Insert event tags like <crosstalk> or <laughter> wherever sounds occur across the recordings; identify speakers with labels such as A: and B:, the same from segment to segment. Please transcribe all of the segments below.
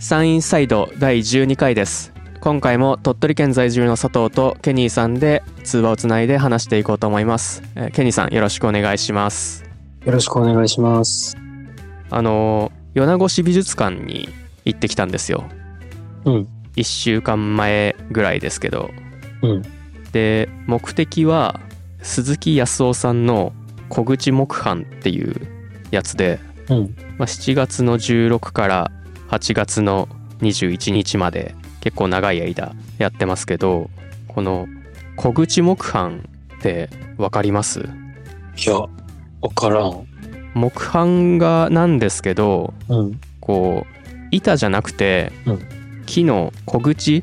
A: 山陰サイド第12回です今回も鳥取県在住の佐藤とケニーさんで通話をつないで話していこうと思います、えーケニーさんよろしくお願いします
B: よろしくお願いします。
A: あのー米子市美術館に行ってきたんですよ
B: うん、
A: 1週間前ぐらいですけど
B: うん、
A: で目的は鈴木康夫さんの「小口木版」っていうやつで、
B: うん、
A: まあ、7月の16から8月の21日まで結構長い間やってますけどこの「小口木版」って分かります
B: いや、わからん。
A: 木版がなんですけど
B: うん、
A: こう板じゃなくて、
B: うん
A: 木の小口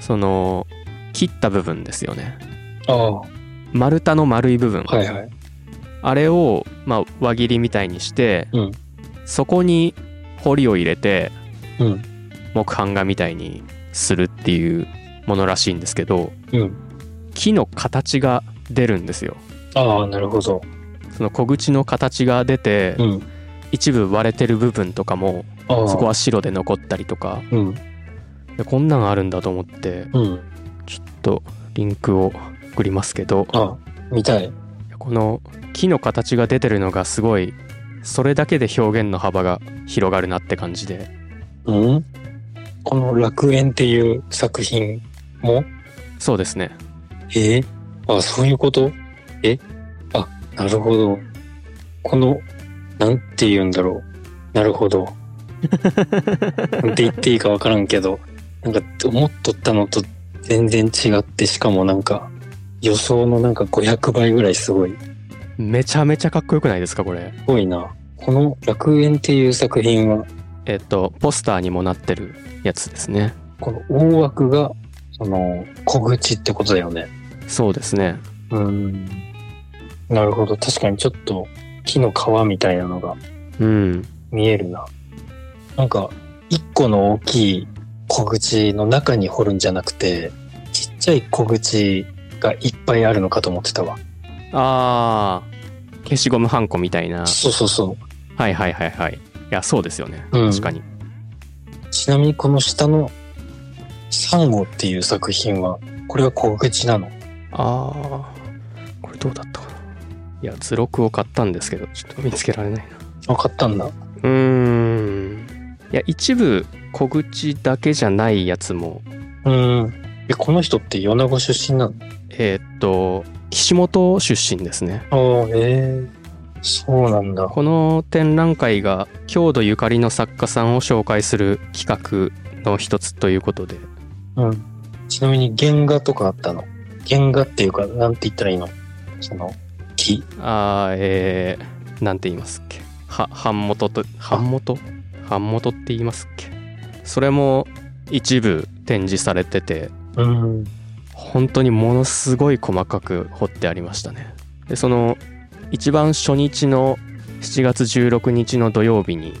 A: その切った部分ですよね
B: ああ、は
A: 丸太の丸い部分、
B: いはい。
A: あれを、まあ、輪切りみたいにして、
B: うん
A: そこに堀を入れて
B: うん、
A: 木版画みたいにするっていうものらしいんですけど
B: うん。
A: 木の形が出るんですよ
B: ああ、なるほど。
A: その小口の形が出て、
B: うん、
A: 一部割れてる部分とかも
B: ああ、
A: そこは白で残ったりとか
B: うん、
A: でこんなんあるんだと思って
B: うん、
A: ちょっとリンクを送りますけど
B: ああ、見たい。
A: この木の形が出てるのがすごいそれだけで表現の幅が広がるなって感じで
B: うんこの楽園っていう作品も
A: そうですね
B: えーあ、そういうことえあ、なるほど。この、なんて言うんだろう。なるほ <laughs> ど。なんて言っていいかわからんけど、なんか思っとったのと全然違って、しかもなんか予想のなんか500倍ぐらいすごい。す
A: めちゃめちゃかっこよくないですかこれ
B: ごいな。この楽園っていう作品は、
A: えっとポスターにもなってるやつですね
B: この大枠が、その、小口ってことだよね。
A: そうですね
B: うん。なるほど。確かにちょっと木の皮みたいなのが
A: うん
B: 見えるな。なんか、一個の大きい小口の中に掘るんじゃなくて、ちっちゃい小口がいっぱいあるのかと思ってたわ。
A: あー消しゴムはんこみたいな
B: そうそうそ
A: はいはいはいはいいやそうですよね、
B: うん
A: 確かに
B: う。ちなみにこの下のサンゴっていう作品は、これは小口なの。
A: あーこれどうだったかないや図録を買ったんですけどちょっと見つけられないな
B: わかったんだ。
A: うーんいや一部小口だけじゃないやつも
B: うん。え、この人って米子出身なの
A: えーっと岸本出身ですね
B: ああ、ええそうなんだ。
A: この展覧会が郷土ゆかりの作家さんを紹介する企画の一つということで
B: うん。ちなみに原画とかあったの原画っていうか、なんて言ったらいいのその、木。
A: あーえー、なんて言いますっけは版元と版元版元って言いますっけそれも一部展示されてて
B: うん。
A: 本当にものすごい細かく彫ってありましたねでその一番初日の7月16日の土曜日に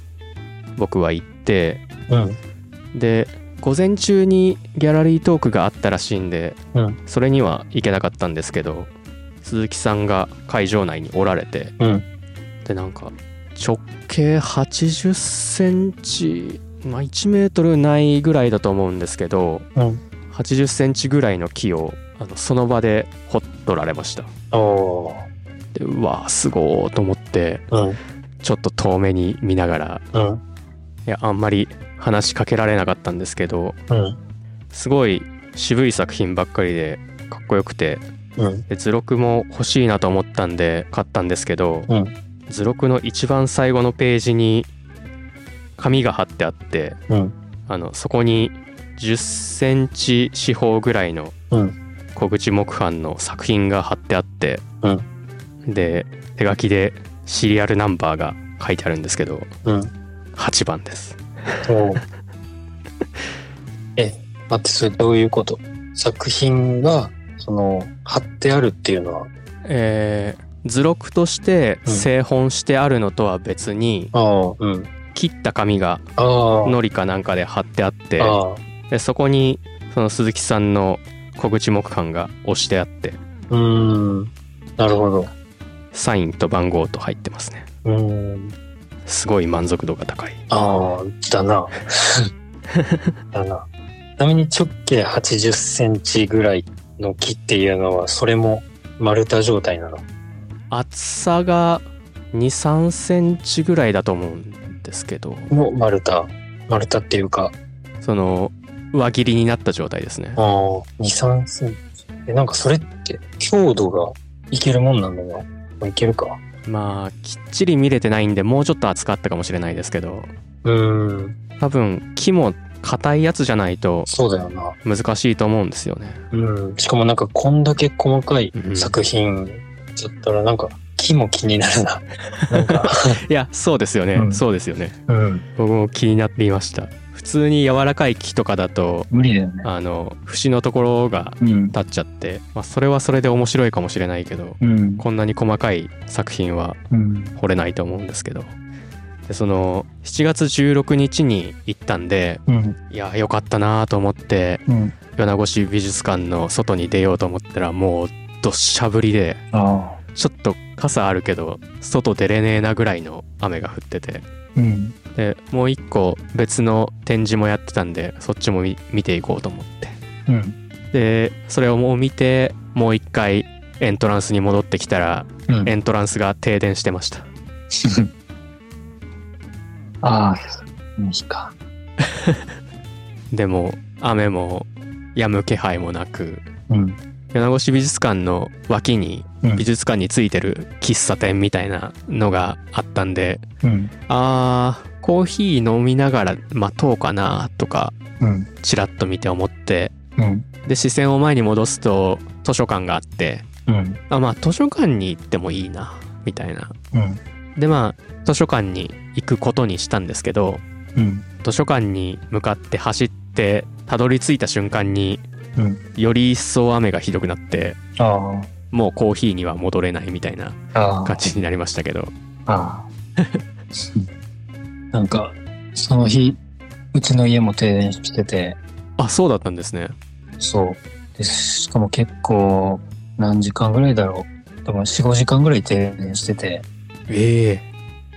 A: 僕は行って
B: うん。
A: で午前中にギャラリートークがあったらしいんで、
B: うん
A: それには行けなかったんですけど鈴木さんが会場内におられて
B: うん。
A: でなんか直径8 0センチまあ1メートルないぐらいだと思うんですけど
B: うん。
A: 8 0センチぐらいの木をあのその場で掘っとられました
B: お
A: でうわーすごーと思って
B: うん。
A: ちょっと遠目に見ながら
B: うん。
A: いやあんまり話しかけられなかったんですけど
B: うん。
A: すごい渋い作品ばっかりでかっこよくて
B: うん。
A: で図録も欲しいなと思ったんで買ったんですけど、
B: うん
A: 図録の一番最後のページに紙が貼ってあって
B: うん。
A: あのそこに1 0ンチ四方ぐらいの
B: うん。
A: 小口木版の作品が貼ってあって、
B: うん
A: で手書きでシリアルナンバーが書いてあるんですけど
B: うん。
A: 8番です
B: おーえ、待って、それどういうこと作品が、その、貼ってあるっていうのは、
A: えー図録として製本してあるのとは別に、
B: ああ、うん。
A: 切った紙が
B: ああ、
A: のりかなんかで貼ってあって
B: ああ、
A: でそこにその鈴木さんの小口木版が押してあって
B: うーん。なるほど。
A: サインと番号と入ってますね
B: うーん。
A: すごい満足度が高い
B: ああ、だな。だな。ちなみに直径80センチぐらいの木っていうのは、それも丸太状態なの。
A: 厚さが23センチぐらいだと思うんですけど
B: の丸太。丸太っていうか、
A: その輪切りになった状態ですね
B: ああ、2、3センチ。え、なんかそれって強度がいけるもんなんだな。まあいけるか。
A: まあきっちり見れてないんでもうちょっと厚かったかもしれないですけど
B: うーん、
A: 多分木も硬いやつじゃないと
B: そうだよな。
A: 難しいと思うんですよね
B: うん、しかもなんかこんだけ細かい
A: うん
B: 作品だったらなんか木も気になるな。なんか、 <laughs>
A: いやそうですよね、
B: うん
A: そうですよね
B: うん、
A: 僕も気になっていました普通に柔らかい木とかだと
B: 無理だよね。
A: あの節のところが
B: うん、
A: 立っちゃって、まあ、それはそれで面白いかもしれないけど
B: うん、
A: こんなに細かい作品は
B: うん、
A: 掘れないと思うんですけどでその7月16日に行ったんで
B: うん、
A: いや良かったなと思って
B: うん。
A: 米子市美術館の外に出ようと思ったらもうどっしゃ降りで
B: ああ、
A: ちょっと傘あるけど外出れねえなぐらいの雨が降ってて
B: うん、
A: でもう一個別の展示もやってたんでそっちも見見ていこうと思って
B: うん、
A: でそれをもう見てもう一回エントランスに戻ってきたら
B: うん
A: エントランスが停電してました
B: ああ、いいか。
A: でも雨も止む気配もなく
B: うん、
A: 米子市美術館の脇に
B: うん
A: 美術館についてる喫茶店みたいなのがあったんで
B: うん、
A: あーコーヒー飲みながら待とうかなとか
B: うん、
A: ちらっと見て思って
B: うん、
A: で視線を前に戻すと図書館があって
B: うん、
A: あまあ図書館に行ってもいいなみたいな
B: うん、
A: でまあ図書館に行くことにしたんですけど
B: うん、
A: 図書館に向かって走ってたどり着いた瞬間に
B: うん。
A: より一層雨がひどくなって
B: あ
A: もうコーヒーには戻れないみたいな
B: あ、ああ。
A: 感じになりましたけど
B: あ <laughs> あ。なんか、その日、うちの家も停電してて、
A: あそうだったんですね
B: そう。で、しかも結構、何時間ぐらいだろう。多分4、5時間ぐらい停電してて、
A: ええ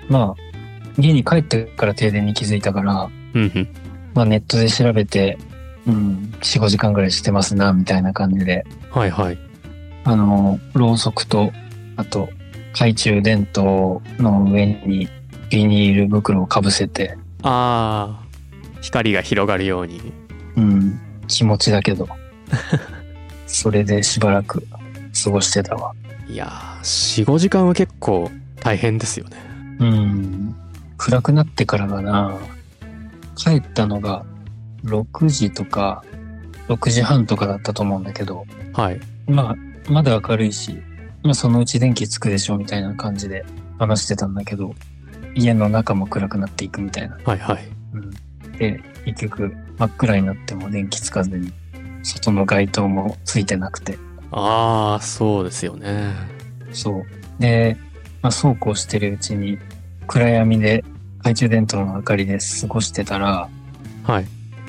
B: まあ、家に帰ってから停電に気づいたから、
A: うんうん
B: まあネットで調べて、うん、4、5時間ぐらいしてますな、みたいな感じで、
A: はいはい
B: あの、ろうそくと、あと、懐中電灯の上にビニール袋をかぶせて、
A: あー光が広がるように
B: うん、気持ちだけど。それでしばらく過ごしてたわ。
A: いやー45時間は結構大変ですよね
B: うん。暗くなってからがな、帰ったのが6時とか、6時半とかだったと思うんだけど、
A: はい
B: まあ、まだ明るいし、まあそのうち電気つくでしょみたいな感じで話してたんだけど、家の中も暗くなっていくみたいな。
A: はいはい
B: うん。で、結局真っ暗になっても電気つかずに、外の街灯もついてなくて、
A: ああそうですよね
B: そう。で、まあ、そうこうしてるうちに、暗闇で懐中電灯の明かりで過ごしてたら、
A: はい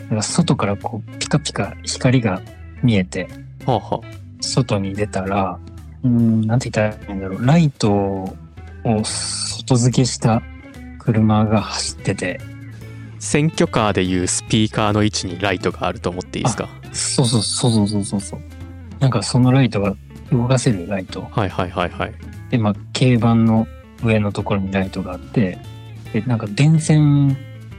B: なんか外からこう、ピカピカ光が見えて、
A: はあは
B: 外に出たら、うーん、なんて言ったらいいんだろう、ライトを外付けした車が走ってて、
A: あ選挙カーでいうスピーカーの位置にライトがあると思っていいですか
B: そうそうそうそうそうそうそう。なんかそのライトが動かせるライト。
A: はいはいはいはい
B: で、まあ、軽バンの上のところにライトがあって、で、なんか電線、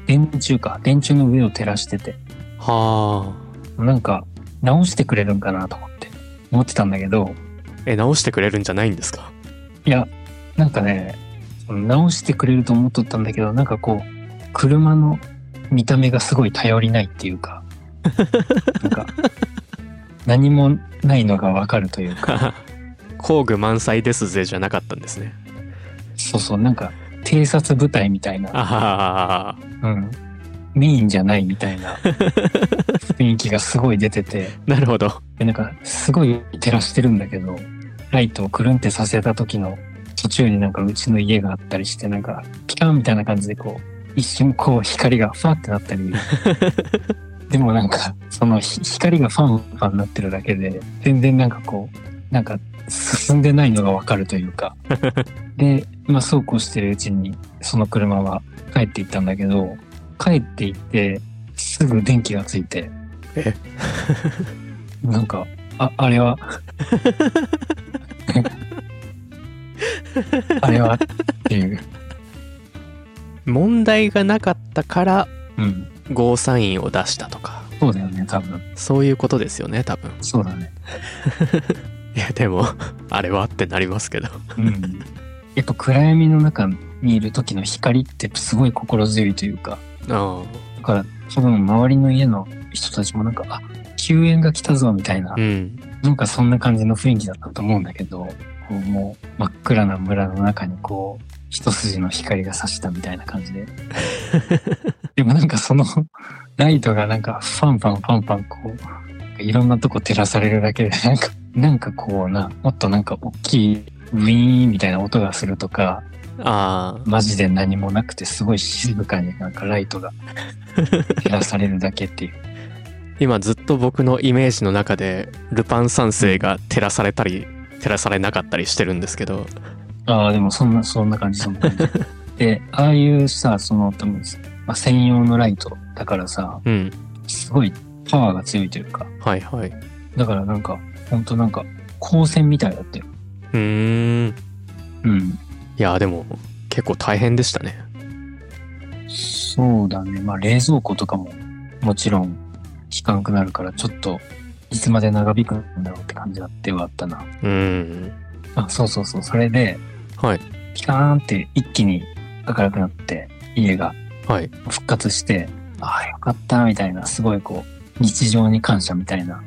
B: 電柱か、電柱の上を照らしてて、
A: はあ
B: なんか直してくれるんかなと思って、思ってたんだけど、
A: え直してくれるんじゃないんですか
B: いや、なんかね、その直してくれると思っとったんだけど、なんかこう、車の見た目がすごい頼りないっていうか、なんか、何もないのがわかるというか、
A: <laughs> 工具満載ですぜじゃなかったんですね
B: そうそう、なんか、偵察部隊みたいな、
A: あ
B: うん、メインじゃないみたいな雰囲気がすごい出てて
A: あなるほど
B: でなんかすごい照らしてるんだけどライトをくるんってさせた時の途中になんかうちの家があったりしてなんかピカンみたいな感じでこう一瞬こう光がファーってなったりでもなんかそのひ光がファンファンになってるだけで全然なんかこうなんか進んでないのがわかるというかでまあそうこうしてるうちにその車は帰っていったんだけど帰っていってすぐ電気がついて。
A: え
B: なんか、あ、あれは。あれはっていう。
A: 問題がなかったから
B: うん。
A: ゴーサインを出したとか
B: そうだよね、多分。
A: そういうことですよね多分
B: そうだね。
A: いやでも <laughs> あれはってなりますけど
B: うん。やっぱ暗闇の中にいる時の光ってすごい心強いというか、
A: あ
B: だから多分周りの家の人たちもなんか、あ、救援が来たぞみたいな
A: あう、ん
B: なんかそんな感じの雰囲気だったと思うんだけど、こうもう真っ暗な村の中にこう、一筋の光が差したみたいな感じで。でもなんかそのライトがなんかファンファンファンファンこう、いろんなとこ照らされるだけで、なんか、なんかこうな、もっとなんか大きいウィーンみたいな音がするとか、
A: ああ
B: マジで何もなくてすごい静かになんかライトが照らされるだけっていう。
A: 今ずっと僕のイメージの中でルパン三世が照らされたり照らされなかったりしてるんですけど
B: ああ、でもそんな、そんな感 <laughs> じ、そんな感じ。で、ああいうさ、その、多分、まあ、専用のライトだからさ、
A: うん
B: すごいパワーが強いというか、
A: はいはい。
B: だからなんか、ほんとなんか、光線みたいだったよ。
A: うーん。い
B: うん。
A: や、でも、結構大変でしたね。
B: そうだね。まあ、冷蔵庫とかも、もちろん、効かなくなるから、ちょっと、いつまで長引くんだろうって感じがあってはあったな。
A: うーん。
B: あ、そうそうそう。それで、
A: はい。
B: ピカーンって一気に明るくなって、家が
A: はい。
B: 復活して、ああ、よかった、みたいな、すごいこう、日常に感謝みたい <laughs> な、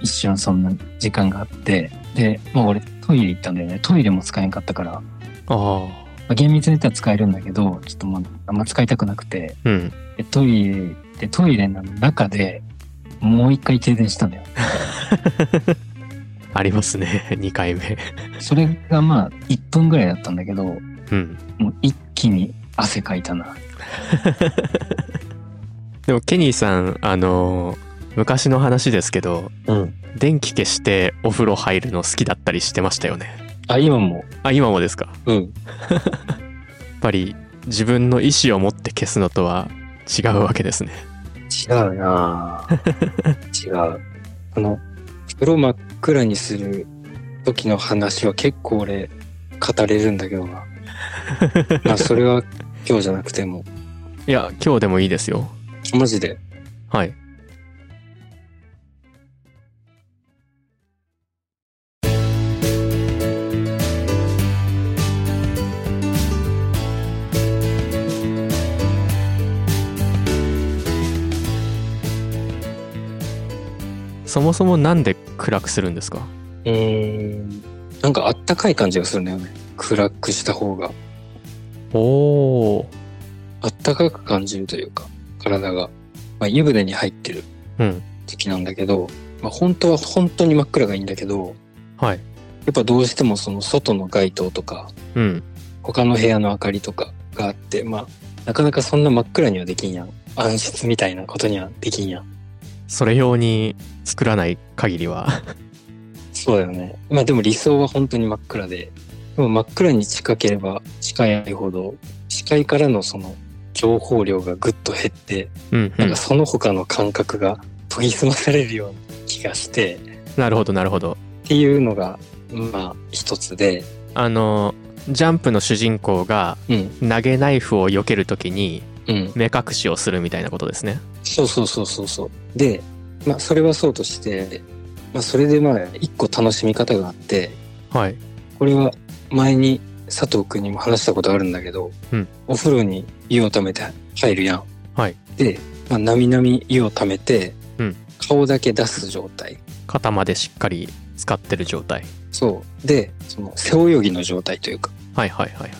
B: 一瞬そんな時間があって、で、もう俺トイレ行ったんだよね。トイレも使えんかったから、ま
A: ああ。
B: あ厳密に言ったら使えるんだけど、ちょっともうあんま使いたくなくて、
A: うん。
B: でトイレで、トイレの中で、もう一回停電したんだよ。
A: ありますね。2回 <laughs> 目。
B: それがまあ、1分ぐらいだったんだけど、
A: うん。
B: もう一気に汗かいたな。
A: でも、ケニーさん、あのー昔の話ですけど、
B: うん。
A: 電気消してお風呂入るの好きだったりしてましたよね。
B: あ、今も。
A: あ、今もですか。や
B: うん。
A: っぱり、自分の意思を持って消すのとは違うわけですね。
B: 違うなぁ違うあの風呂真っ暗にする時の話は結構俺語れるんだけどなまあそれは今日じゃなくても
A: いや、今日でもいいですよ。
B: マジで
A: はい。そもそもなんで暗くするんですか
B: うーんなんかあったかい感じがするんだよね暗くした方が
A: おお。
B: あったかく感じるというか体が、まあ、湯船に入ってる
A: うん。
B: 時なんだけど、まあ、本当は本当に真っ暗がいいんだけど
A: はい。
B: やっぱどうしてもその外の街灯とか
A: うん。
B: 他の部屋の明かりとかがあってまあなかなかそんな真っ暗にはできんやん暗室みたいなことにはできんやん
A: それ用に作らない限りは。
B: そうだよねまあでも理想は本当に真っ暗ででも真っ暗に近ければ近いほど視界からのその情報量がぐっと減って
A: うん、う
B: なん
A: ん
B: か。その他の感覚が研ぎ澄まされるような気がして
A: なるほど、なるほど。
B: っていうのがまあ一つで
A: あのジャンプの主人公が
B: うん
A: 投げナイフを避けるときに
B: うん
A: 目隠しをするみたいなことですね。
B: そうそうそうそうそう。で、まあ、それはそうとして、まあ、それでまあ、一個楽しみ方があって、
A: はい。
B: これは前に佐藤くんにも話したことあるんだけど、
A: うん
B: お風呂に湯をためて入るやん。
A: はい
B: で、まあ、なみなみ湯をためて、
A: うん
B: 顔だけ出す状態。
A: 肩までしっかり使ってる状態。
B: そう。で、その背泳ぎの状態というか、
A: はいはいはい。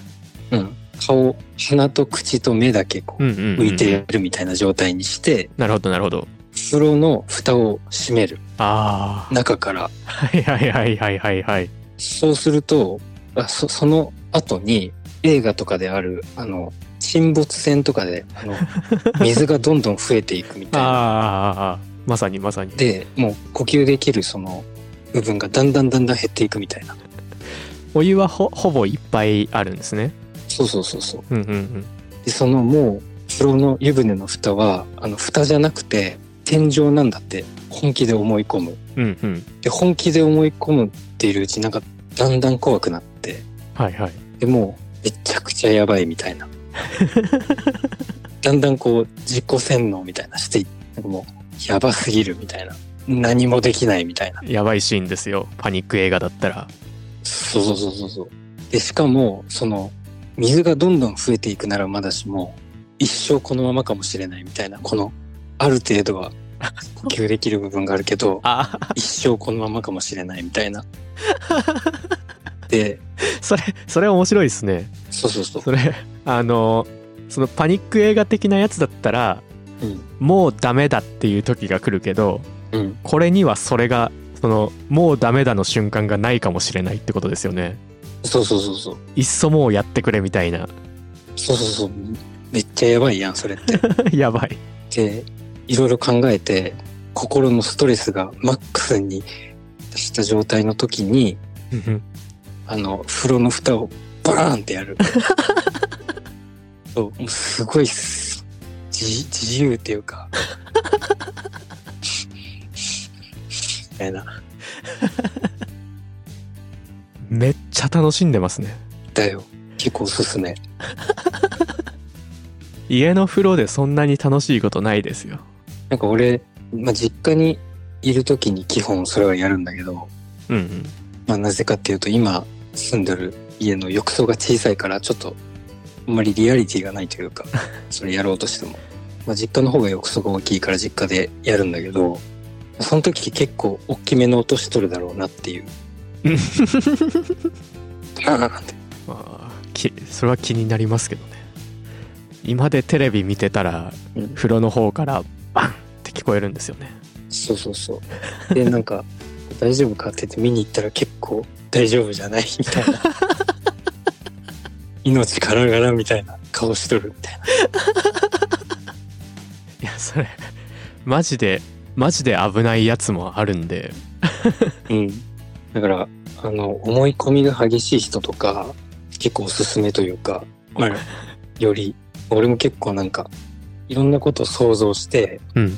B: うん、顔、鼻と口と目だけこう
A: うんうんうん、
B: 浮いてやるみたいな状態にして、
A: なるほどなるほど。
B: 風呂の蓋を閉める。
A: あ
B: 中から
A: あ。はいはいはいはいはいはい。
B: そうするとあそその後に映画とかであるあの沈没船とかであの水がどんどん増えていくみたいな。
A: ああ。まさにまさに。
B: でもう呼吸できるその部分がだんだんだんだん減っていくみたいな。
A: お湯はほほぼいっぱいあるんですね。
B: そうそうそうそう。
A: うんうんうん。
B: でそのもうそれの湯船の蓋はあの蓋じゃなくて天井なんだって本気で思い込む
A: うんうん
B: で本気で思い込むっているうちなんかだんだん怖くなって
A: はいはい
B: でもうめちゃくちゃやばいみたいなだんだんこう自己洗脳みたいなしていなんかもうやばすぎるみたいな何もできないみたいな
A: やばいシーンですよパニック映画だったら
B: そうそうそうそうそうでしかもその水がどんどん増えていくならまだしも一生このままかもしれないみたいなこのある程 <laughs> 度は呼吸できる部分があるけど
A: ああ
B: 一生このままかもしれないみた <laughs> いなで
A: <laughs> それそれ面白いですね
B: そうそうそう
A: それあのそのパニック映画的なやつだったら
B: うん
A: もうダメだっていう時が来るけど
B: うん
A: これにはそれがそのもうダメだの瞬間がないかもしれないってことですよね
B: そうそうそうそう
A: いっそもうやってくれみたいな <laughs>
B: そうそうそうめっちゃやばいやんそれって
A: やばい
B: でいろいろ考えて心のストレスがマックスに達した状態の時にあの風呂の蓋をバーンってやるそうもうすごいす自自由っていうかみたいな
A: めっちゃ楽しんでますね
B: だよ結構おすすめ
A: 家の風呂でそんなに楽しいことないですよ
B: なんか俺、まあ、実家にいる時に基本それはやるんだけど、
A: うんうん
B: まあ、なぜかっていうと今住んでる家の浴槽が小さいからちょっとあんまりリアリティがないというかそれやろうとしても、まあ、実家の方が浴槽が大きいから実家でやるんだけどその時結構大きめの落としとるだろうなっていうあーって
A: まあきそれは気になりますけどね今でテレビ見てたら
B: うん
A: 風呂の方からバンって聞こえるんですよね
B: そうそうそうでなんか大丈夫かって言って見に行ったら結構大丈夫じゃないみたいな命からがらみたいな顔しとるみたいない
A: やそれマジでマジで危ないやつもあるんで
B: うん。だから、あの、思い込みが激しい人とか、結構おすすめというか、まあ、より、俺も結構なんか、いろんなことを想像して、
A: うん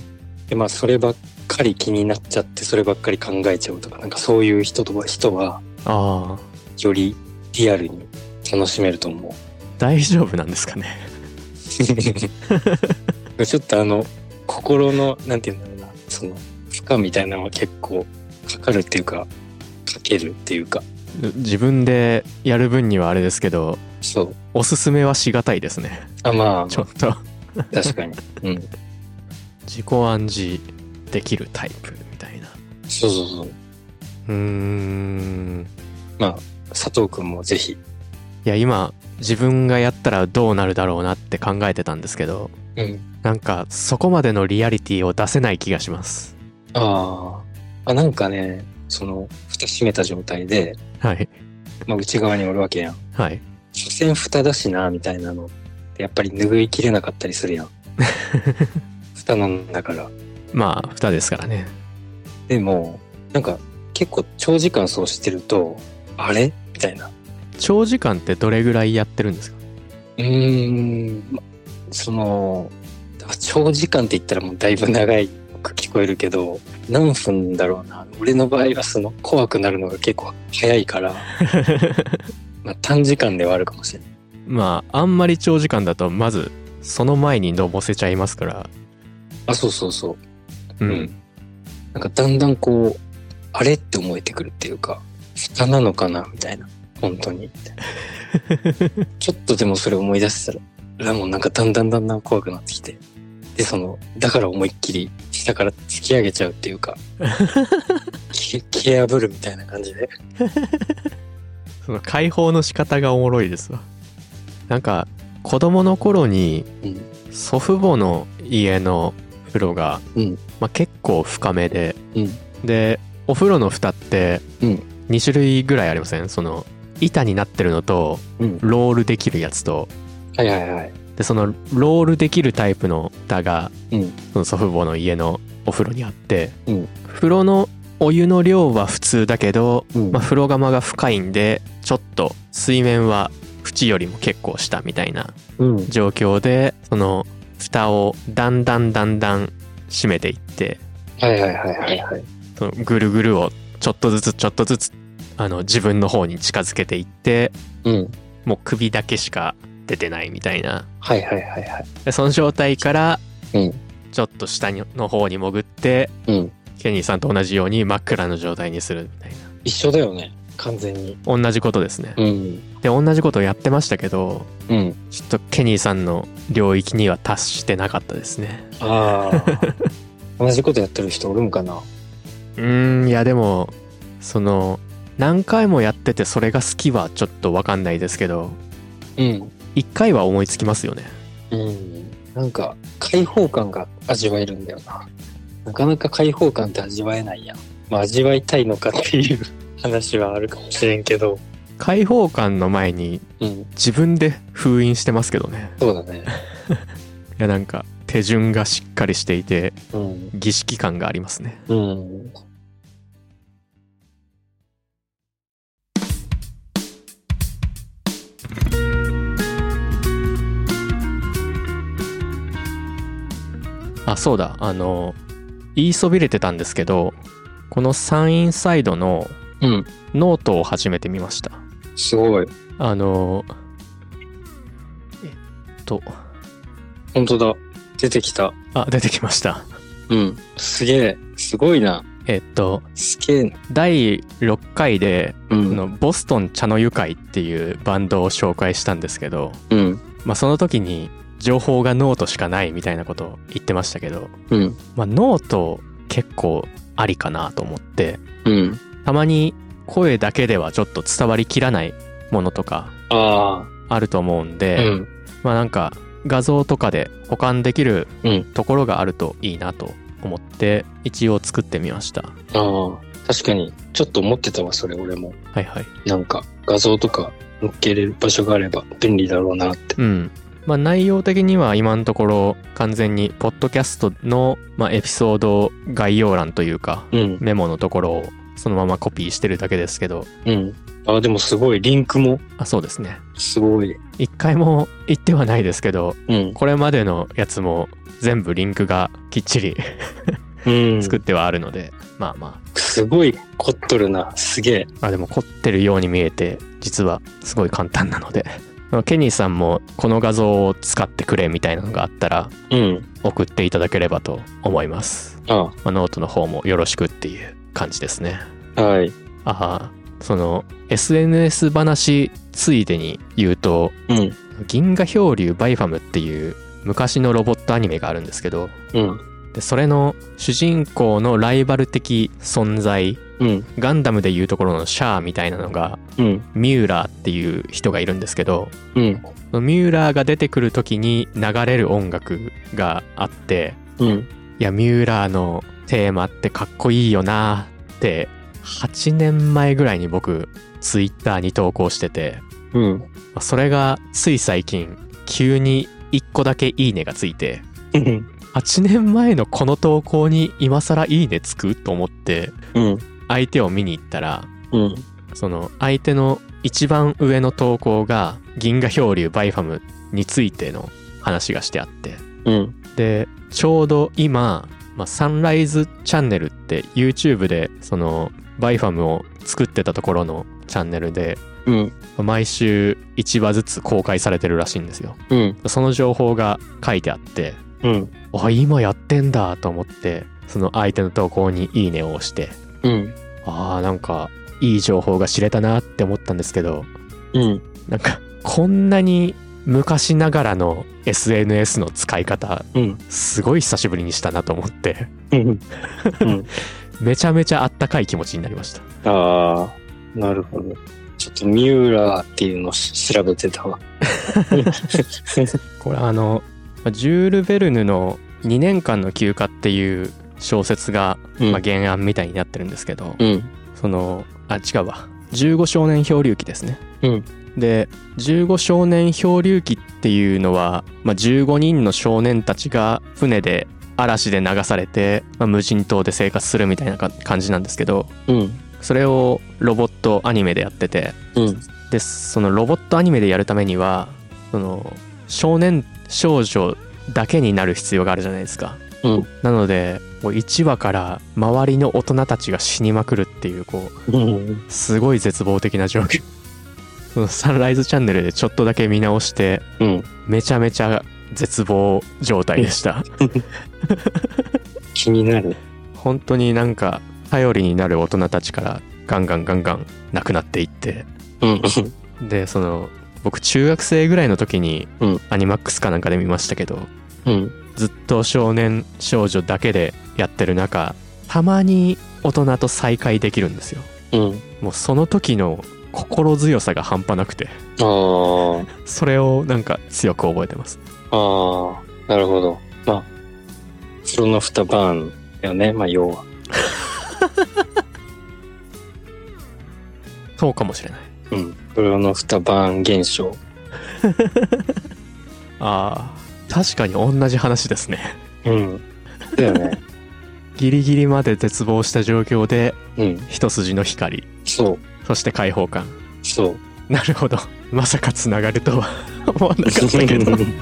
B: で、まあ、そればっかり気になっちゃって、そればっかり考えちゃうとか、なんかそういう人とは、人は、
A: ああ
B: よりリアルに楽しめると
A: <laughs>
B: 思う。
A: 大丈夫なんですかね
B: ちょっとあの、心の、なんていうんだろうな、その、負荷みたいなのは結構かかるっていうか、かけるっていうか、
A: 自分でやる分にはあれですけど
B: そう。
A: おすすめはしがたいですね
B: あ、まあ、
A: ちょっと
B: 確かに。うん。
A: 自己暗示できるタイプみたいな
B: そうそうそう。
A: うーん
B: まあ、佐藤くんもぜひ。
A: いや今自分がやったらどうなるだろうなって考えてたんですけど
B: うん。
A: なんかそこまでのリアリティを出せない気がします
B: ああ。あ、なんかね、その、蓋閉めた状態で、
A: はい
B: まあ、内側におるわけやん。
A: はい
B: 所詮蓋だしな、みたいなのって。やっぱり拭いきれなかったりするや <laughs> ん。蓋なんだから。
A: まあ蓋ですからね
B: でも、なんか、結構長時間そうしてると、あれみたいな。
A: 長時間ってどれぐらいやってるんですか
B: うーん、まその、長時間って言ったらもうだいぶ長いく聞こえるけど、何分だろうな。俺の場合はその怖くなるのが結構早い <laughs> から、まあ短時間ではあるかもしれない。
A: まああんまり長時間だとまずその前にのぼせちゃいますから
B: あ、そうそうそう。
A: う、
B: うんなんかだんだんこう、あれって思えてくるっていうか、蓋なのかなみたいな。本当に。みたいなちょっとでもそれ思い出したら、もうなんかだんだんだんだん怖くなってきて。で、その、だから思いっきり下から突き上げちゃうっていうか、き消え破るみたいな感じで。
A: その解放の仕方がおもろいですわなんか子供の頃に
B: うん
A: 祖父母の家の風呂が、
B: うん
A: まあ、結構深めで、
B: うん
A: でお風呂の蓋って
B: うん
A: 2種類ぐらいありませんその板になってるのと
B: うん。
A: ロールできるやつと
B: はいはいはい。
A: でそのロールできるタイプの蓋が
B: うん。
A: その祖父母の家のお風呂にあって、
B: うん
A: 風呂のお湯の量は普通だけど
B: うん
A: まあ、風呂釜が深いんでちょっと水面は縁よりも結構下みたいな
B: うん。
A: 状況でその蓋をだんだんだんだん閉めていって
B: はいはいはいはいはい。
A: そのぐるぐるをちょっとずつちょっとずつあの自分の方に近づけていって
B: うん。
A: もう首だけしか出てないみたいな
B: はいはいはいはい。
A: でその状態から
B: うん
A: ちょっと下にの方に潜って
B: うん。
A: ケニーさんと同じように真っ暗の状態にするみたい
B: 一緒だよね。完全に。
A: な同じことですね
B: うん。
A: で同じことをやってましたけど
B: うん。
A: ちょっとケニーさんの領域には達してなかったですね
B: ああ。同じことやってる人おるんかな。
A: うーんいやでもその何回もやっててそれが好きはちょっと分かんないですけど
B: うん。
A: 一回は思いつきますよね
B: うん。なんか、開放感が味わえるんだよな。なかなか開放感って味わえないやん。まあ、味わいたいのかっていう <laughs> 話はあるかもしれんけど。
A: 開放感の前に
B: うん。
A: 自分で封印してますけどね
B: そうだね。
A: いやなんか手順がしっかりしていて
B: うん。
A: 儀式感がありますね
B: うん。
A: あそうだあの言いそびれてたんですけどこのサインサイドの
B: うん。
A: ノートを始めてみました
B: すごい。
A: あのえっと
B: 本当だ。出てきた。
A: あ出てきました
B: うん。すげえ。すごいな。
A: えっと
B: すげえな。
A: 第6回で
B: う
A: あ
B: ん。
A: のボストン茶の湯会っていうバンドを紹介したんですけど、
B: うん。
A: まあ、その時に情報がノートしかないみたいなことを言ってましたけど、
B: うん。
A: まあ、ノート結構ありかなと思って
B: うん。
A: たまに声だけではちょっと伝わりきらないものとか
B: あ
A: あると思うん
B: あ。
A: で、
B: うん。
A: まあなんか画像とかで保管できる
B: うん
A: ところがあるといいなと思って一応作ってみました。
B: ああ。確かに、ちょっと思ってたわ、それ、俺も。
A: はいはい。
B: なんか、画像とか載っけれる場所があれば便利だろうなって。
A: うん。まあ、内容的には今のところ完全にポッドキャストの、まあ、エピソード概要欄というか
B: うん。
A: メモのところをそのままコピーしてるだけですけど
B: うん。あ、でもすごい、リンクも
A: あそうですね
B: すごい。
A: 一回も言ってはないですけど
B: うん。
A: これまでのやつも全部リンクがきっちり
B: うん。
A: 作ってはあるので、まあます
B: ごい凝っとるな。すげえ。
A: ああでも凝ってるように見えて実はすごい簡単なので <laughs> ケニーさんもこの画像を使ってくれみたいなのがあったら
B: うん。
A: 送っていただければと思います
B: あ
A: まあ、ノートの方もよろしくっていう感じですね。
B: あはい。
A: ああ、その SNS 話ついでに言うと、
B: うん。
A: 銀河漂流バイファムっていう昔のロボットアニメがあるんですけど、
B: うん。
A: でそれの主人公のライバル的存在、
B: うん。
A: ガンダムでいうところのシャアみたいなのが、
B: うん。
A: ミューラーっていう人がいるんですけど、
B: うん。
A: そのミューラーが出てくる時に流れる音楽があって、
B: うん。
A: いや、ミューラーのテーマってかっこいいよなって、8年前ぐらいに僕、ツイッターに投稿してて、
B: うん。
A: まあそれがつい最近、急に1個だけいいねがついて、
B: うん。
A: 8年前のこの投稿に今更いいねつくと思って、
B: うん。
A: 相手を見に行ったら、
B: うん。
A: その相手の一番上の投稿が、銀河漂流バイファムについての話がしてあって、
B: うん。
A: でちょうど今、まあ、サンライズチャンネルって YouTube でそのバイファムを作ってたところのチャンネルで
B: うん。
A: まあ毎週1話ずつ公開されてるらしいんですよ
B: うん。
A: その情報が書いてあって
B: うん。
A: あ今やってんだと思ってその相手の投稿に「いいね」を押して
B: うん。
A: あーなんかいい情報が知れたなって思ったんですけど
B: うん。
A: なんかこんなに昔ながらの SNS の使い方
B: うん。
A: すごい久しぶりにしたなと思って
B: うん。うん。
A: めちゃめちゃあったかい気持ちになりました
B: <laughs> ああ、なるほど。ちょっとミューラーっていうのを調べてた <laughs> わ。
A: これあのジュール・ベルヌの「2年間の休暇」っていう小説が、
B: うん
A: まあ、原案みたいになってるんですけど、
B: うん。
A: そのあ違うわ15少年漂流記ですね、
B: うん
A: で15少年漂流記っていうのは、まあ、15人の少年たちが船で嵐で流されて、まあ、無人島で生活するみたいなか感じなんですけど
B: うん。
A: それをロボットアニメでやってて
B: うん。
A: でそのロボットアニメでやるためにはその少年少女だけになる必要があるじゃないですか。
B: うん
A: なのでもう1話から周りの大人たちが死にまくるっていうこう
B: うん。
A: すごい絶望的な状況 <laughs> そのサンライズチャンネルでちょっとだけ見直して
B: うん。
A: めちゃめちゃ絶望状態でした。 <laughs>
B: 気になる。
A: 本当になんか頼りになる大人たちからガンガンガンガンなくなっていって
B: うん。
A: でその僕中学生ぐらいの時に
B: うん
A: アニマックスかなんかで見ましたけど、
B: うん。
A: ずっと少年少女だけでやってる中たまに大人と再会できるんですよ
B: うん。
A: もうその時の心強さが半端なくて
B: ああ。
A: それをなんか強く覚えてます
B: ああ、なるほど。まあ、その蓋バーンだよね、まあ、要は。
A: そうかもしれない
B: うん。それの蓋バーン現象。
A: あー確かに同じ話ですね <laughs>
B: うん。だよね。
A: ギリギリまで絶望した状況で
B: うん。
A: 一筋の光
B: そう、
A: そして開放感
B: そう。
A: なるほど <laughs> まさかつながるとは思わなかったけど
B: うん